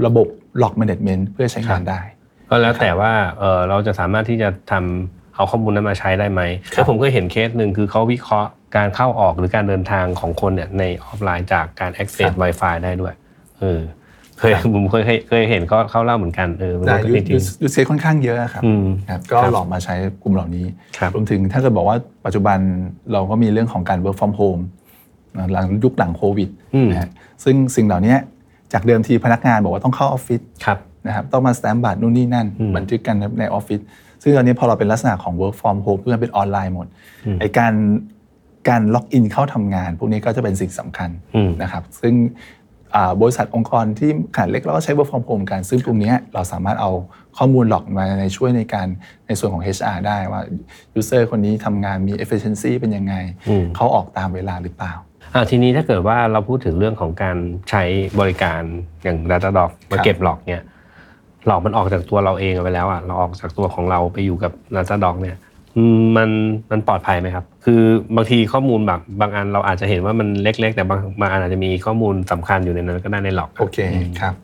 Speaker 1: ระบบ log management เพื่อใช้งานได้
Speaker 2: ก็แล้วแต่ว่าเอ่อเราจะสามารถที่จะทำเอาข้อมูลนั้นมาใช้ได้ไหมแล้วผมก็เห็นเคสหนึ่งคือเขาวิเคราะห์การเข้าออกหรือการเดินทางของคนเนี่ยในออฟไลน์จากการ
Speaker 1: ค
Speaker 2: access
Speaker 1: รับ
Speaker 2: Wi-Fi ได้ด้วยเออ เคย ผมเคยเคยเคยเห็นเขาเขาเล่าเหมือนกันเออมัน
Speaker 1: ได้
Speaker 2: ก็
Speaker 1: ยู
Speaker 2: จริง
Speaker 1: ยูเซค่อนข้างเยอะครับ
Speaker 2: ๆอืม
Speaker 1: ครับก็
Speaker 2: ครับ
Speaker 1: หลอกมาใช้กลุ่มเหล่านี้
Speaker 2: ครับ
Speaker 1: รวมถึงถ้าเกิดบอกว่าปัจจุบันเราก็มีเรื่องของการ work from home นะหลังยุคหลังโควิด
Speaker 2: อืม
Speaker 1: นะฮะซึ่งสิ่งเหล่านี้จากเดิมทีพนักงานบอกว่าต้องเข้าออฟฟิศ
Speaker 2: ครับ
Speaker 1: นะครับต้องมาสแตมป์บัตรนู่นนี่นั่น
Speaker 2: อืม
Speaker 1: บันทึกกันในออฟฟิศซึ่งตอนนี้พอเราเป็นลักษณะของ work from home เพื่อเป็นออนไลน์หมด
Speaker 2: อืม
Speaker 1: ไอการการล็อกอินเข้าทำงาน พวกนี้ก็จะเป็นสิ่งสำคัญ
Speaker 2: อืม
Speaker 1: นะครับซึ่งอ่าบริษัทองค์กรที่ขนาดเล็กเราก็ใช้ work from home กัน ซึ่งตรงนี้เราสามารถเอาข้อมูลหลอกมาในช่วยในการในส่วนของ HR ได้ว่า user คนนี้ทำงานมี efficiency เป็นยังไง
Speaker 2: อืม
Speaker 1: เขาออกตามเวลาหรือเปล่า
Speaker 2: อ่าทีนี้ถ้าเกิดว่าเราพูดถึงเรื่องของการใช้บริการอย่าง Data d o c มาเก็บหลอกเนี่ยหลอกมันออกจากตัวเราเองไปแล้วอ่ะเราออกจากตัวของเราไปอยู่กับ Data d o c เนี่ยอืมมันมันปลอดภัยไหมครับ คือบางทีข้อมูลแบบบางอันเราอาจจะเห็นว่ามันเล็ก ๆ แต่บางบางอันอาจจะมีข้อมูลสำคัญอยู่ในนั้นก็ได้ในหลอก
Speaker 1: โอเคครับ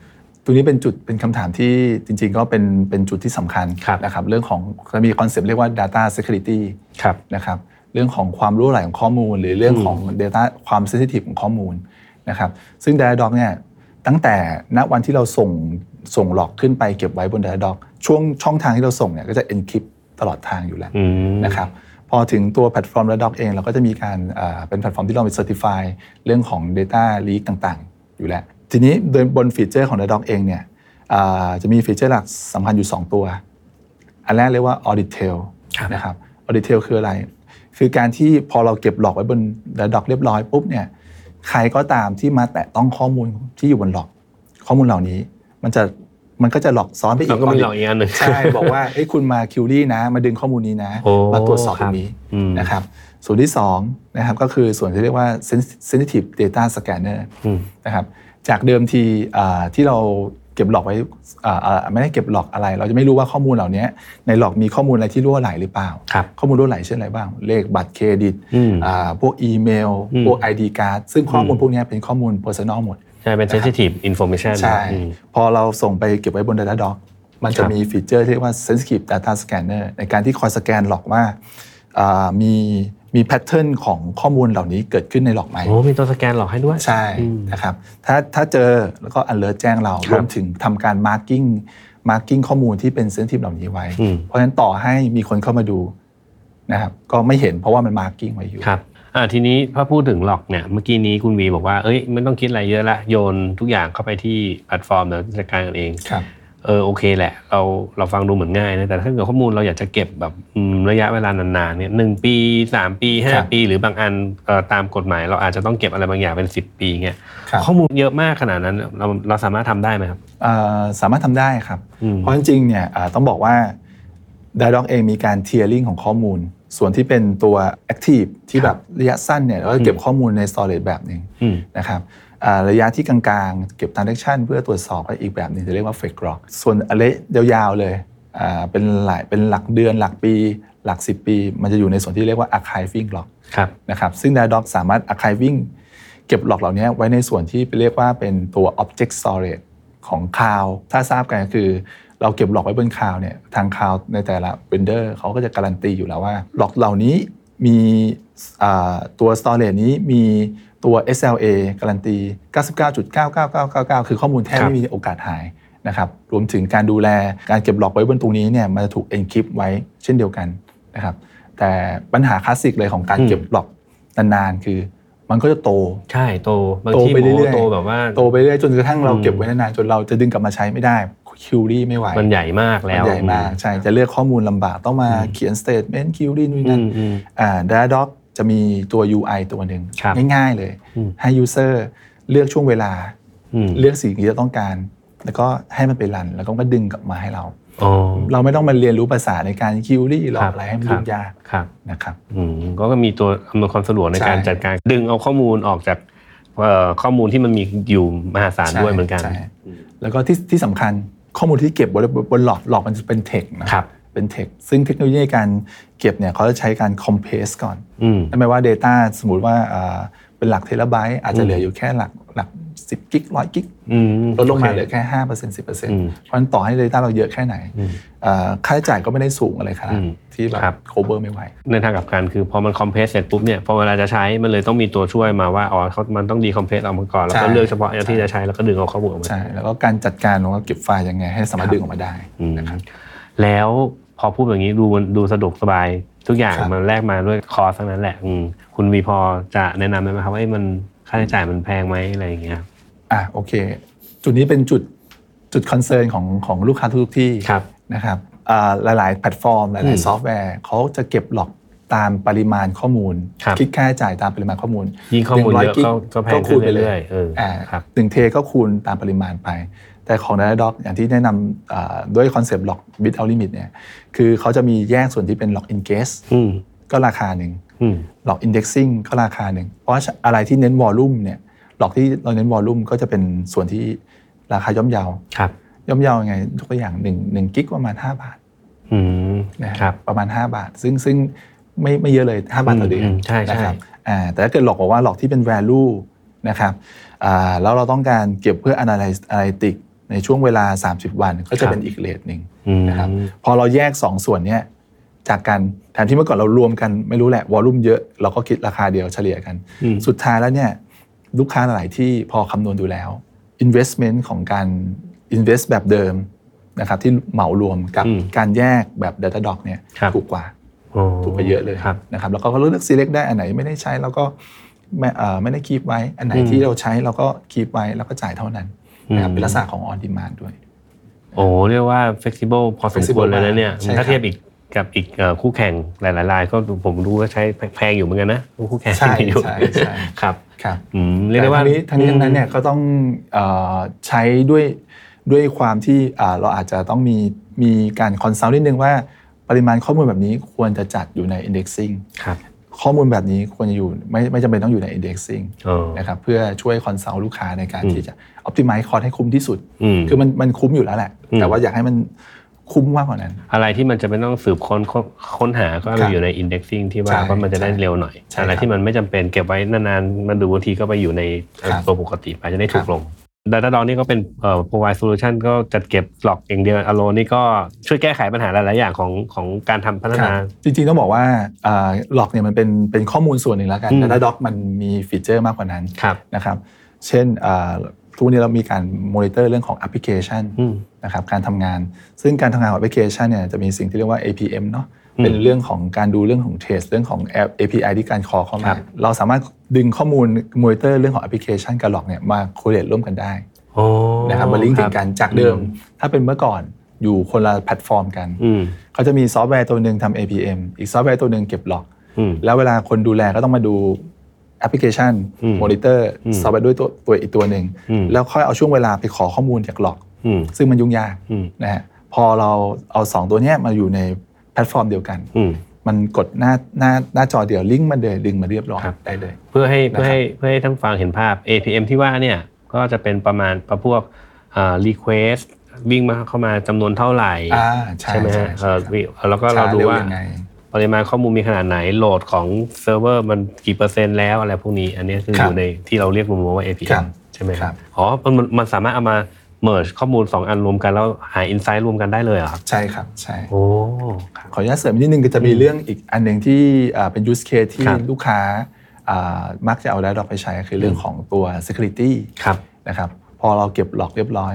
Speaker 1: ตัวนี้เป็นจุดเป็นคำถามที่จริงๆ ก็เป็นเป็นจุดที่สำคัญ
Speaker 2: ครับ
Speaker 1: นะครับเรื่องของจะมีคอนเซปต์เรียกว่า data security
Speaker 2: ครับ
Speaker 1: นะครับเรื่องของความรู้ไหลของข้อมูล หรือเรื่องของ data ความ sensitive ของข้อมูลนะครับซึ่ง d a t a d o g เนี่ยตั้งแต่ณวันที่เราส่งส่งหลอกขึ้นไปเก็บไว้บน d a t a d o g ช่วงช่องทางที่เราส่งเนี่ยก็จะ encrypt ตลอดทางอยู่แล้ว
Speaker 2: อืม
Speaker 1: นะครับพอถึงตัวแพลตฟอร์ม Redox เองเราก็จะมีการเอ่อเป็นแพลตฟอร์มที่เราไปเซอร์ติฟายเรื่องของ Data Leak ต่างๆ อยู่แล้ว ทีนี้โดยบนฟีเจอร์ของ Redox เองเนี่ยอ่าจะมีฟีเจอร์หลักสำคัญอยู่ 2 ตัว อันแรกเรียกว่า Audit Trail
Speaker 2: ครับ
Speaker 1: นะครับ Audit Trail คืออะไร คือการที่พอเราเก็บหลอกไว้บน Redox เรียบร้อยปุ๊บเนี่ยใครก็ตามที่มาแตะต้องข้อมูลที่อยู่บนหลอก ข้อมูลเหล่านี้มันจะมันก็จะหลอกซ้อนไปอีก
Speaker 2: เราก็มีหลอกอีกอันหนึ่ง
Speaker 1: ใช่ บอกว่าเอ้ยคุณมาคิวรี่นะ มาดึงข้อมูลนี้นะ
Speaker 2: โอ้
Speaker 1: มาตรวจสอบ
Speaker 2: ค
Speaker 1: ต
Speaker 2: รั
Speaker 1: ร
Speaker 2: บ
Speaker 1: งนี้
Speaker 2: อืม
Speaker 1: นะครับ ส่วนที่2นะครับก็คือส่วนที่เรียกว่า Sensi- sensitive data scanner
Speaker 2: อืม
Speaker 1: นะครับจากเดิมทีอ่าที่เราเก็บหลอกไว้อ่าอ่าไม่ได้เก็บหลอกอะไร เราจะไม่รู้ว่าข้อมูลเหล่านี้ในหลอกมีข้อมูลอะไรที่รั่วไหลหรือเปล่า
Speaker 2: ครับ
Speaker 1: ข้อมูลรั่วไหลเช่นอะไรบ้าง เลขบัตรเครดิต
Speaker 2: อืม
Speaker 1: อ่าพวกอีเมล
Speaker 2: อืม
Speaker 1: พวก ID card ซึ่งข้อมูล
Speaker 2: อืม
Speaker 1: พวกนี้เป็นข้อมูล personal หมด
Speaker 2: ใช่เป็น sensitive information
Speaker 1: ใช่
Speaker 2: อืม
Speaker 1: พอเราส่งไปเก็บไว้บน Data Doc มันจะ
Speaker 2: ครับ
Speaker 1: มีฟีเจอร์ที่เรียกว่า Sensitive Data Scanner ในการที่คอยสแกนหลอกว่าอ่ามีมีแพทเทิร์นของข้อมูลเหล่านี้เกิดขึ้นในหลอกไหม
Speaker 2: โอ้มีตัวสแกนหลอกให้ด้วย
Speaker 1: ใช่
Speaker 2: อืม
Speaker 1: นะครับถ้าถ้าเจอแล้วก็ alert แจ้งเรา
Speaker 2: ครับ
Speaker 1: รวมถึงทำการ marking marking ข้อมูลที่เป็น sensitive เหล่านี้ไว้
Speaker 2: อืม
Speaker 1: เพราะฉะนั้นต่อให้มีคนเข้ามาดูนะครับก็ไม่เห็นเพราะว่ามัน marking ไว้อยู่
Speaker 2: ครับอ่าทีนี้พอพูดถึงหลอกเนี่ยเมื่อกี้นี้คุณวีบอกว่าเอ้ยไม่ต้องคิดอะไรเยอะละโยนทุกอย่างเข้าไปที่แพลตฟอร์มเดี๋ยวจัดการกันเอง
Speaker 1: ครับ
Speaker 2: เออโอเคแหละ เราเราฟังดูเหมือนง่ายนะแต่ถ้าเกิดข้อมูลเราอยากจะเก็บแบบอืมระยะเวลานานๆเนี่ยหนึ่งปีสามปีห้า
Speaker 1: ครับ
Speaker 2: ปี หรือบางอันเอ่อตามกฎหมาย เราอาจจะต้องเก็บอะไรบางอย่างเป็นสิบปีเงี้ย
Speaker 1: ครับ
Speaker 2: ข้อมูลเยอะมากขนาดนั้นเราเราสามารถทำได้ไหมครับ
Speaker 1: เอ่อสามารถทำได้ครับ
Speaker 2: อืม
Speaker 1: เพราะจริงๆเนี่ยอ่าต้องบอกว่า d i a l o g เองมีการเทียริงของข้อมูล ส่วนที่เป็นตัว Active ที่แบบระยะสั้นเนี่ยเราก็เก็บข้อมูลใน Storage แบบหนึ่ง
Speaker 2: อืม
Speaker 1: นะครับอ่าระยะที่กลางๆ เก็บ Transaction เพื่อตรวจสอบอีกแบบหนึ่งจะเรียกว่า Fake Log ส่วนอะไรยาวๆเลยอ่าเป็นหลายเป็นหลักเดือนหลักปีหลัก 10 ปี มันจะอยู่ในส่วนที่เรียกว่า Archiving Log
Speaker 2: ครับ
Speaker 1: นะครับซึ่ง d i a l o g สามารถ Archiving เก็บหลอกเหล่านี้ไว้ในส่วนที่เรียกว่าเป็นตัว Object Storage ของ Cloud ถ้าทราบกันก็คือ เราเก็บหลอกไว้บน Cloud เนี่ยทาง Cloud ในแต่ละ Vendor เขาก็จะการันตีอยู่แล้วว่า หลอกเหล่านี้มีอ่าตัว Storage นี้มีตัว SLA การันตี 99.99999 คือข้อมูลแทบไม่มีโอกาสหายนะครับรวมถึงการดูแลการเก็บหลอกไว้บนตรงนี้เนี่ยมันจะถูก encrypt ไว้เช่นเดียวกันนะครับแต่ปัญหาคลาสสิกเลยของการเก็บหลอก นานๆ คือมันก็จะโต
Speaker 2: ใช่โตบาง
Speaker 1: โต
Speaker 2: ที่
Speaker 1: ไป
Speaker 2: โอ้
Speaker 1: เรื่อยๆ
Speaker 2: โตแบบว่า
Speaker 1: โตไปเรื่อยจนกระทั่งเรา
Speaker 2: อืม
Speaker 1: เก็บไว้นานๆ จนเราจะดึงกลับมาใช้ไม่ได้คิวรี่ไม่ไหว
Speaker 2: มันใหญ่มากแล้
Speaker 1: มั
Speaker 2: ว
Speaker 1: นใหญ่มากใช่ จะเลือกข้อมูลลำบาก ต้องมาเขียนสเต t เมนต์คิวรี่นู่นน
Speaker 2: อื
Speaker 1: นั่น
Speaker 2: มอืม
Speaker 1: อ่าดาด็อกจะมีตัว UI ตัวหนึ่ง
Speaker 2: ครับ
Speaker 1: ง่ายๆเลย
Speaker 2: อืม
Speaker 1: ให้ User เลือกช่วงเวลา
Speaker 2: อืม
Speaker 1: เลือกสิ่งที่จะต้องการ แล้วก็ให้มันไปรัน แล้วก็มาดึงกลับมาให้เรา
Speaker 2: อ๋อ
Speaker 1: เราไม่ต้องมาเรียนรู้ภาษาในการคิวรี่หรอ
Speaker 2: ค
Speaker 1: ก
Speaker 2: รับ
Speaker 1: อะไรให้มัน
Speaker 2: ครับ
Speaker 1: ยุ่งยาก
Speaker 2: ครับ
Speaker 1: นะครับ
Speaker 2: อืมก็มีตัวอำนวยความสะดวกในการ
Speaker 1: ใช่
Speaker 2: จัดการดึงเอาข้อมูลออกจากเอ่อข้อมูลที่มันมีอยู่มหาศาลด้วยเหมือนกัน
Speaker 1: ใช่แล้วก็ที่ที่สำคัญข้อมูลที่เก็บบนบนหลอกหลอกมันจะเป็นเทคนะครับ เป็นเทคซึ่งเทคโนโลยีในการเก็บเนี่ยเขาจะใช้การคอมเพสก่อน
Speaker 2: อืม
Speaker 1: นั่นหมายว่า Data สมมติว่าอ่าเป็นหลักเทราไบต์อาจจะเหลืออยู่แค่หลักหลัก 10 กิกร้อยกิก
Speaker 2: อืม
Speaker 1: ลดลงมา
Speaker 2: โค
Speaker 1: เหลือแค่5% 10%เพ
Speaker 2: อืม
Speaker 1: ราะฉะนั้นต่อให้ Data เราเยอะแค่ไหน
Speaker 2: อืม
Speaker 1: เอ่อค่าใช้จ่ายก็ไม่ได้สูงอะไรขนาด
Speaker 2: อืม
Speaker 1: ที่แบบ
Speaker 2: ครับ
Speaker 1: cover ไม่ไหว
Speaker 2: ในทางกลับกันคือพอมันคอมเพรสเสร็จปุ๊บเนี่ยพอเวลาจะใช้มันเลยต้องมีตัวช่วยมาว่าอ๋อเขามันต้องดีคอมเพรสออกมาก่อนแล้วก็
Speaker 1: ใช่
Speaker 2: เลือกเฉพาะอย่างที่จะใช้แล้วก็ดึงเอาข้อมูลออกมา
Speaker 1: ใช่แล้วก็การจัดการแล้วก็เก็บไฟล์ยังไงให้สามารถ
Speaker 2: ครับ
Speaker 1: ดึงออกมาได้
Speaker 2: อืมแล้วพอพูดแบบนี้ดูดูสะดวกสบายทุกอย่าง
Speaker 1: ครับ
Speaker 2: มันแลกมาด้วยคอร์สทั้งนั้นแหละอืมคุณมีพอจะแนะนำได้ไหมครับว่าเอ้ยมันค่าใช้จ่ายมันแพงไหมอะไรอย่างเงี้ย
Speaker 1: อ่ะโอเค จุดนี้เป็นจุดจุดคอนเซิร์นของของลูกค้าทุกๆที่
Speaker 2: ครับ
Speaker 1: นะครับอ่าหลายๆ แพลตฟอร์ม ห
Speaker 2: อื
Speaker 1: ลาย
Speaker 2: ม
Speaker 1: ๆ ซอฟต์แวร์เขาจะเก็บหลอกตามปริมาณข้อมูล
Speaker 2: ครับ
Speaker 1: ดค่าใช้จ่ายตามปริมาณข้อมูล
Speaker 2: ยิ่งข้อมูลเยอะ
Speaker 1: 100กิก
Speaker 2: ก็ก็แพง
Speaker 1: ก็คู
Speaker 2: ขึ้
Speaker 1: ณ
Speaker 2: น
Speaker 1: ไปเรื่
Speaker 2: เรื่
Speaker 1: อ
Speaker 2: อย ยๆเออ
Speaker 1: อ่า
Speaker 2: ครับ
Speaker 1: หนึ่งเทก็คูณตามปริมาณไป แต่ของ d a t a d o c อย่างที่แนะนำอ่าด้วยคอนเซปต์หลอก bit out limit เนี่ยคือเขาจะมีแยกส่วนที่เป็นหลอก in case
Speaker 2: อืม
Speaker 1: ก็ราคาหนึ่ง
Speaker 2: อืม
Speaker 1: หลอก indexing ก็ราคาหนึ่ง เพราะว่าอะไรที่เน้นวอลลุ่มเนี่ย หลอกที่เราเน้นวอลลุ่มก็จะเป็นส่วนที่ราคาย่อมเยา
Speaker 2: ครับ
Speaker 1: ย่อมเยายังไงยกตัวอย่างหนึ่งหนึ่งกิกประมาณ 5 บาท
Speaker 2: อืม
Speaker 1: นะฮะ
Speaker 2: ครับ
Speaker 1: ประมาณ 5 บาท ซึ่งซึ่งไม่ไม่เยอะเลย 5 บาทต่อเดือ
Speaker 2: อื
Speaker 1: น
Speaker 2: มอืมใช่ใช่
Speaker 1: นะครับอ่าแต่ถ้าเกิดหลอกบอกว่าหลอกที่เป็น value นะครับอ่าแล้วเราต้องการเก็บเพื่อ analyze analytic ในช่วงเวลา 30 วันก็จะเป็นอีกเลทหนึ่ง
Speaker 2: อืม
Speaker 1: นะครับ พอเราแยก 2 ส่วนเนี้ยจากกันแทนที่เมื่อก่อนเรารวมกันไม่รู้แหละวอลลุ่มเยอะเราก็คิดราคาเดียวเฉลี่ยกัน
Speaker 2: อืม
Speaker 1: สุดท้ายแล้วเนี่ยลูกค้าหลายที่พอคำนวณดูแล้ว investment ของการ invest แบบเดิมนะครับที่เหมารวมกับ
Speaker 2: อืม
Speaker 1: การแยกแบบ Data d o c เนี่ย
Speaker 2: ครับ
Speaker 1: ถูกกว่า
Speaker 2: โอ้
Speaker 1: ถูกไปเยอะเลย
Speaker 2: ครับ
Speaker 1: นะครับแล้วก็เลือก select ได้อันไหนไม่ได้ใช้เราก็ไม่เอ่อไม่ได้คีบไว้ อันไหน
Speaker 2: อืม
Speaker 1: ที่เราใช้เราก็คีบไว้แล้วก็จ่ายเท่านั้นนะครับเป็นลักษณะของ on demand ด้วย
Speaker 2: โอ้เรียกว่า flexible พอสมควร
Speaker 1: flexible
Speaker 2: เลยนะเนี่ย
Speaker 1: มากใช่ครับ
Speaker 2: ถ้าเทียบอีกกับอีกเอ่อคู่แข่งหลายๆรายก็ผมรู้ว่าใช้แพงอยู่เหมือนกันนะคู่แข่ง
Speaker 1: ใช่
Speaker 2: ที่มีอยู่
Speaker 1: ใช่ใช่
Speaker 2: ครับ
Speaker 1: ครับ
Speaker 2: อืมเรียกได้ว่า
Speaker 1: แต่ทั้งนี้ทั้งนี้ทั้งนั้นเนี่ยก็ต้องเอ่อใช้ด้วยด้วยความที่อ่าเราอาจจะต้องมีมีการคอนซัลท์นิดนึงว่าปริมาณข้อมูลแบบนี้ควรจะจัดอยู่ใน indexing
Speaker 2: ครับ
Speaker 1: ข้อมูลแบบนี้ควรจะอยู่ไม่ไม่จำเป็นต้องอยู่ใน indexing
Speaker 2: เออ
Speaker 1: นะครับเพื่อช่วยคอนซัลท์ลูกค้าในการ
Speaker 2: อืม
Speaker 1: ที่จะ optimize cost ให้คุ้มที่สุด
Speaker 2: อืม
Speaker 1: คือมันมันคุ้มอยู่แล้วแหละ
Speaker 2: อืม
Speaker 1: แต่ว่าอยากให้มันคุ้มมากกว่านั้น
Speaker 2: อะไรที่มันจะไม่ต้องสืบค้นค้นค้นหาก็
Speaker 1: ครั
Speaker 2: มา
Speaker 1: บ
Speaker 2: อยู่ใน indexing ที่ว่า
Speaker 1: ใช่
Speaker 2: ก็มันจะได้เร็วหน่อย
Speaker 1: ใช่
Speaker 2: อะไร
Speaker 1: ครับ
Speaker 2: ที่มันไม่จำเป็นเก็บไว้นานๆ มาดูบางทีก็ไปอยู่ใน
Speaker 1: ครับ
Speaker 2: ตัวปกติไปจะได้ถู
Speaker 1: ครั
Speaker 2: ก
Speaker 1: บ
Speaker 2: ลง Data Dog นี่ก็เป็นเอ่อ provide solution ก็จัดเก็บหลอกอย่างเดียว alone นี่ก็ช่วยแก้ไขปัญหาหลายๆอย่างของของการทำพั
Speaker 1: ค
Speaker 2: ฒ
Speaker 1: รับ
Speaker 2: นา
Speaker 1: จริงๆต้องบอกว่าหลอกเนี่ยมันเป็นเป็นข้อมูลส่วนหนึ่งแล้วกัน
Speaker 2: อืม
Speaker 1: แต่ถ้าด็อกมันมีฟีเจอร์มากกว่านั้น
Speaker 2: ครับ
Speaker 1: นะครับ เช่นเอ่อทุกวันนี้เรามีการมอนิเตอร์เรื่องของแอปพลิเคชัน
Speaker 2: อืม
Speaker 1: นะครับ การทำงาน ซึ่งการทำงานของแอปพลิเคชันเนี่ยจะมีสิ่งที่เรียกว่า APM เนาะ
Speaker 2: อืม
Speaker 1: เป็นเรื่องของการดูเรื่องของเทสเรื่องของ API ที่การคอเข้า
Speaker 2: ค
Speaker 1: มา
Speaker 2: รับ
Speaker 1: เราสามารถดึงข้อมูลมอนิเตอร์เรื่องของแอปพลิเคชันกับหลอกเนี่ยมาโคเรลร่วมกันได้
Speaker 2: โอ้
Speaker 1: นะครับ มาลิงก์ถึงกันจากเดิม ถ้าเป็นเมื่อก่อนอยู่คนละแพลตฟอร์มกัน
Speaker 2: อืม
Speaker 1: เขาจะมีซอฟต์แวร์ตัวหนึ่งทำ APM อีกซอฟต์แวร์ตัวหนึ่งเก็บหลอก
Speaker 2: อืม
Speaker 1: แล้วเวลาคนดูแลก็ต้องมาดูแอปพลิเคชัน
Speaker 2: อืม
Speaker 1: มอนิเตอร์
Speaker 2: อืม
Speaker 1: ซอฟต์แวร์ด้วยตัวตัวอีกตัวหนึ่ง
Speaker 2: อืม
Speaker 1: แล้วค่อยเอาช่วงเวลาไปขอข้อมูลจากหลอก
Speaker 2: อืม
Speaker 1: ซึ่งมันยุ่งยาก
Speaker 2: อืม
Speaker 1: นะฮะพอเราเอา 2 ตัวเนี้ยมาอยู่ในแพลตฟอร์มเดียวกัน
Speaker 2: อืม
Speaker 1: มันกดหน้าหน้าหน้าจอเดียวลิงก์มันเดินดึงมาเรียบร้อย
Speaker 2: ครับ
Speaker 1: ได้เลย
Speaker 2: เพื่อให้
Speaker 1: นะครับ
Speaker 2: เพื่อให้เพื่อให้ท่านฟังเห็นภาพ APM ที่ว่าเนี่ยก็จะเป็นประมาณประพวกอ่า request วิ่งมาเข้ามาจำนวนเท่าไหร่
Speaker 1: อ่าใช่
Speaker 2: ไหม
Speaker 1: ใช่
Speaker 2: ฮะ
Speaker 1: ใช่
Speaker 2: เอ่อ
Speaker 1: ครับ
Speaker 2: วิแล้วก็เราดูว่า
Speaker 1: ช้ยังไง
Speaker 2: ปริมาณข้อมูลมีขนาดไหนโหลดของเซิร์ฟเวอร์มันกี่เปอร์เซ็นต์แล้วอะไรพวกนี้ อันนี้คือ
Speaker 1: ครั
Speaker 2: อบ ยู่ในที่เราเรียกรวมๆว่า
Speaker 1: ครั
Speaker 2: APM
Speaker 1: บ
Speaker 2: ใช่ไหมค
Speaker 1: ครั
Speaker 2: รับบ อ๋อมันมันสามารถเอามา merge ข้อมูล 2 อันรวมกันแล้วหา insight รวมกันได้เลยเหรอครับ
Speaker 1: ใช่ครับใช่
Speaker 2: โอ้ครับ
Speaker 1: ขออนุญาตเสริมนิดนึงก็จะมีเรื่องอีกอันหนึ่งที่อ่าเป็น use case ที่
Speaker 2: ครับ
Speaker 1: ลูกค้าอ่ามักจะเอาได้ดอกไปใช้คือเรื่องของตัว security
Speaker 2: ครับ
Speaker 1: นะครับพอเราเก็บหลอกเรียบร้อย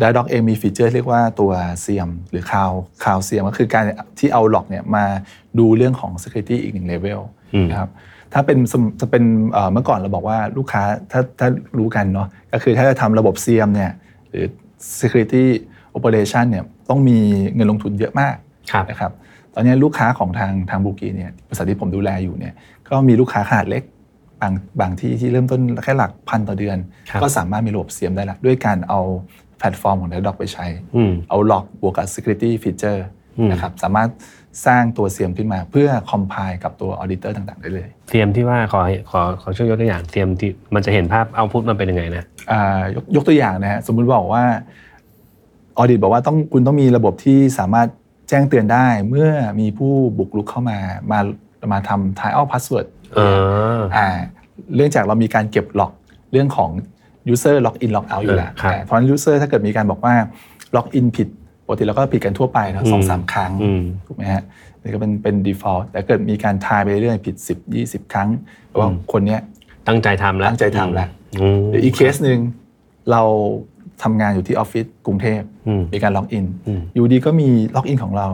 Speaker 1: d ดด็อกเองมีฟีเจอร์เรียกว่าตัวเซียมหรือคาวคาวเซียมก็คือการที่เอาหลอกเนี่ยมาดูเรื่องของ Security อีกหนึ่งเลเวล
Speaker 2: อืม
Speaker 1: นะครับถ้าเป็นสมจะเป็นเอ่อเมื่อก่อนเราบอกว่าลูกค้าถ้าถ้ารู้กันเนาะก็คือถ้าจะทำระบบเซียมเนี่ยหรือ Security Operation เนี่ยต้องมีเงินลงทุนเยอะมาก
Speaker 2: ครับ
Speaker 1: นะครับตอนนี้ลูกค้าของทางทางบูกีเนี่ยบริษัทที่ผมดูแลอยู่เนี่ยก็มีลูกค้าขนาดเล็กบางบางที่ที่เริ่มต้นแค่หลักพันต่อเดือน
Speaker 2: ครับ
Speaker 1: ก็สามารถมีระบบเสียมได้ละด้วยการเอาแพลตฟอร์มของ d ดด็อกไปใช้
Speaker 2: อืม
Speaker 1: เอาล็อกบวกกับ Security Feature
Speaker 2: อืม
Speaker 1: นะครับสามารถสร้างตัวเสียมขึ้นมาเพื่อคอมไพล์กับตัวออ d ดิเตอร์ต่าง ๆ ได้เลย
Speaker 2: เตรียมที่ว่าขอขอขอช่วยยกตัวอย่างเตรียมที่มันจะเห็นภาพเอาพุทมันเป็นยังไงนะ
Speaker 1: อ่ายกยกตัวอย่างนะฮะสมมุติบอกว่าออ d ดิตบอกว่าต้องคุณต้องมีระบบที่สามารถแจ้งเตือนได้ เมื่อมีผู้บุกรุกเข้ามามามาทำ trial password
Speaker 2: เออ
Speaker 1: อ่าเรื่องจากเรามีการเก็บล็อกเรื่องของ user log in log out อยู่แล้ว
Speaker 2: เออครับ
Speaker 1: แต่เพราะฉะนั้น user ถ้าเกิดมีการบอกว่า log in ผิดปกติเราก็ผิดกันทั่วไปนะสองสามครั้ง
Speaker 2: อืม
Speaker 1: ถูกไหมฮะนี่ก็เป็นเป็น default แต่เกิดมีการทายไปเรื่อยๆผิด 10 20 ครั้งแปลว่าคนเนี้ย
Speaker 2: ตั้งใจทำแล้ว
Speaker 1: ตั้งใจทำแล้ว
Speaker 2: อืม
Speaker 1: หรืออีกเคสหนึ่งเราทำงานอยู่ที่ออฟฟิศกรุงเทพ
Speaker 2: อืม
Speaker 1: มีการล็อกอิน
Speaker 2: อืม
Speaker 1: อยู่ดีก็มีล็อกอินของเรา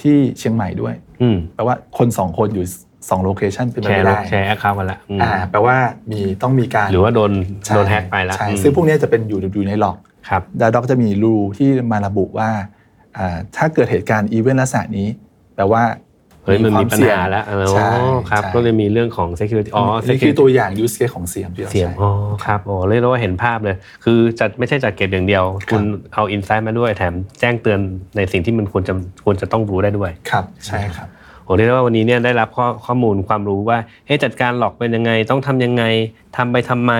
Speaker 1: ที่เชียงใหม่ด้วย
Speaker 2: อืม
Speaker 1: แปลว่าคนสองคนอยู่สองโลเคชันเป็นไป
Speaker 2: แช
Speaker 1: ไม่
Speaker 2: ร์
Speaker 1: ได้
Speaker 2: แชร์แอคเคาท์กันแล้วอืม
Speaker 1: อ่าแปลว่ามีต้องมีการ
Speaker 2: หรือว่าโดน
Speaker 1: ใช่
Speaker 2: โดนแฮ็กไปแล้ว
Speaker 1: ใช่
Speaker 2: อืม
Speaker 1: ซึ่งพวกเนี้ยจะเป็นอยู่อยู่ในหลอก
Speaker 2: ครับ
Speaker 1: ดาด็อกจะมีรูที่มาระบุว่าอ่าถ้าเกิดเหตุการณ์อีเวนต์ลักษณะนี้แปลว่า
Speaker 2: เฮ้ยมันมี
Speaker 1: ค
Speaker 2: ปัญ
Speaker 1: เสี่ยง
Speaker 2: หาแล้วอ๋อ
Speaker 1: ใช่
Speaker 2: ครับ
Speaker 1: ใช่
Speaker 2: ก็เลยมีเรื่องของ security อ๋อ
Speaker 1: นี่คือ
Speaker 2: security
Speaker 1: ตัวอย่าง use case ของเสียงที่รา
Speaker 2: เสียง
Speaker 1: ใช้
Speaker 2: อ๋อครับโอ้เรียกได้ว่าเห็นภาพเลย คือจัดไม่ใช่จัดเก็บอย่างเดียว คุณเอาอินไซต์มาด้วยแถมแจ้งเตือนในสิ่งที่มันควรจะควรจะต้องรู้ได้ด้วย
Speaker 1: ครับใช่ครับ
Speaker 2: โอ้เรียกได้ว่าวันนี้เนี่ยได้รับข้อข้อมูลความรู้ว่าเฮ้ยจัดการหลอกเป็นยังไง ต้องทำยังไงทำไปทำไม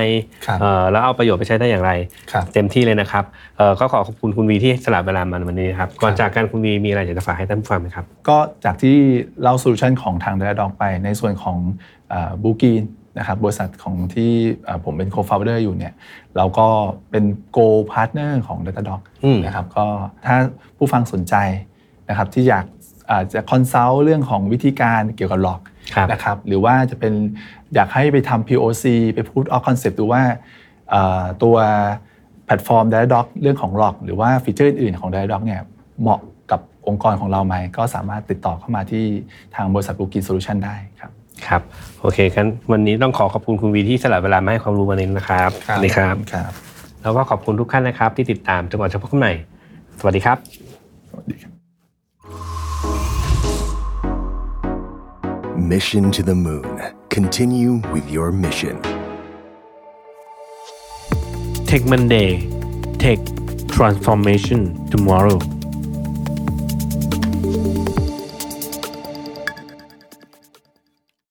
Speaker 1: ครับ
Speaker 2: เอ่อแล้วเอาประโยชน์ไปใช้ได้อย่างไร
Speaker 1: ครับ
Speaker 2: เต็มที่เลยนะครับเอ่อก็ขอขอบคุณคุณวีที่สละเวลามาวันนี้ครับก่อน
Speaker 1: ครับ
Speaker 2: จากกันคุณวีมีอะไรอยากจะฝากให้ท่านผู้ฟังไหมครับ
Speaker 1: ก็จากที่เล่าโซลูชันของทาง d i a d o g ไปในส่วนของบูกีนนะครับบริษัทของที่เอ่อผมเป็น co-founder อยู่เนี่ยเราก็เป็น go partner ของ d a t a d o g
Speaker 2: อืม
Speaker 1: นะครับก็ถ้าผู้ฟังสนใจนะครับที่อยากอาจจะ consult เรื่องของวิธีการเกี่ยวกับหลอก
Speaker 2: ครับ
Speaker 1: นะครับหรือว่าจะเป็นอยากให้ไปทำ POC ไปพูดออกคอนเซปต์ดูว่าเอ่อตัวแพลตฟอร์ม d i a d o g เรื่องของ l o g หรือว่าฟีเจอร์อื่นๆของ d i a d o g เนี่ยเหมาะกับองค์กรของเราไหม ก็สามารถติดต่อเข้ามาที่ทางบริษัทบูกินโซลูชันได้ครับ
Speaker 2: ครับ โอเคครับวันนี้ต้องขอขอบคุณคุณวีที่สละเวลามาให้ความรู้วันนี้นะครับสวัสดีครับ
Speaker 1: ครับ
Speaker 2: แล้วก็ขอบคุณทุกท่านนะครับ ที่ติดตามจนกว่าจะพบกันใหม่ สวัสดีครับ
Speaker 1: สวัสดีครับ
Speaker 3: Mission to the moon. Continue with your mission.
Speaker 4: Tech Monday Tech Transformation Tomorrow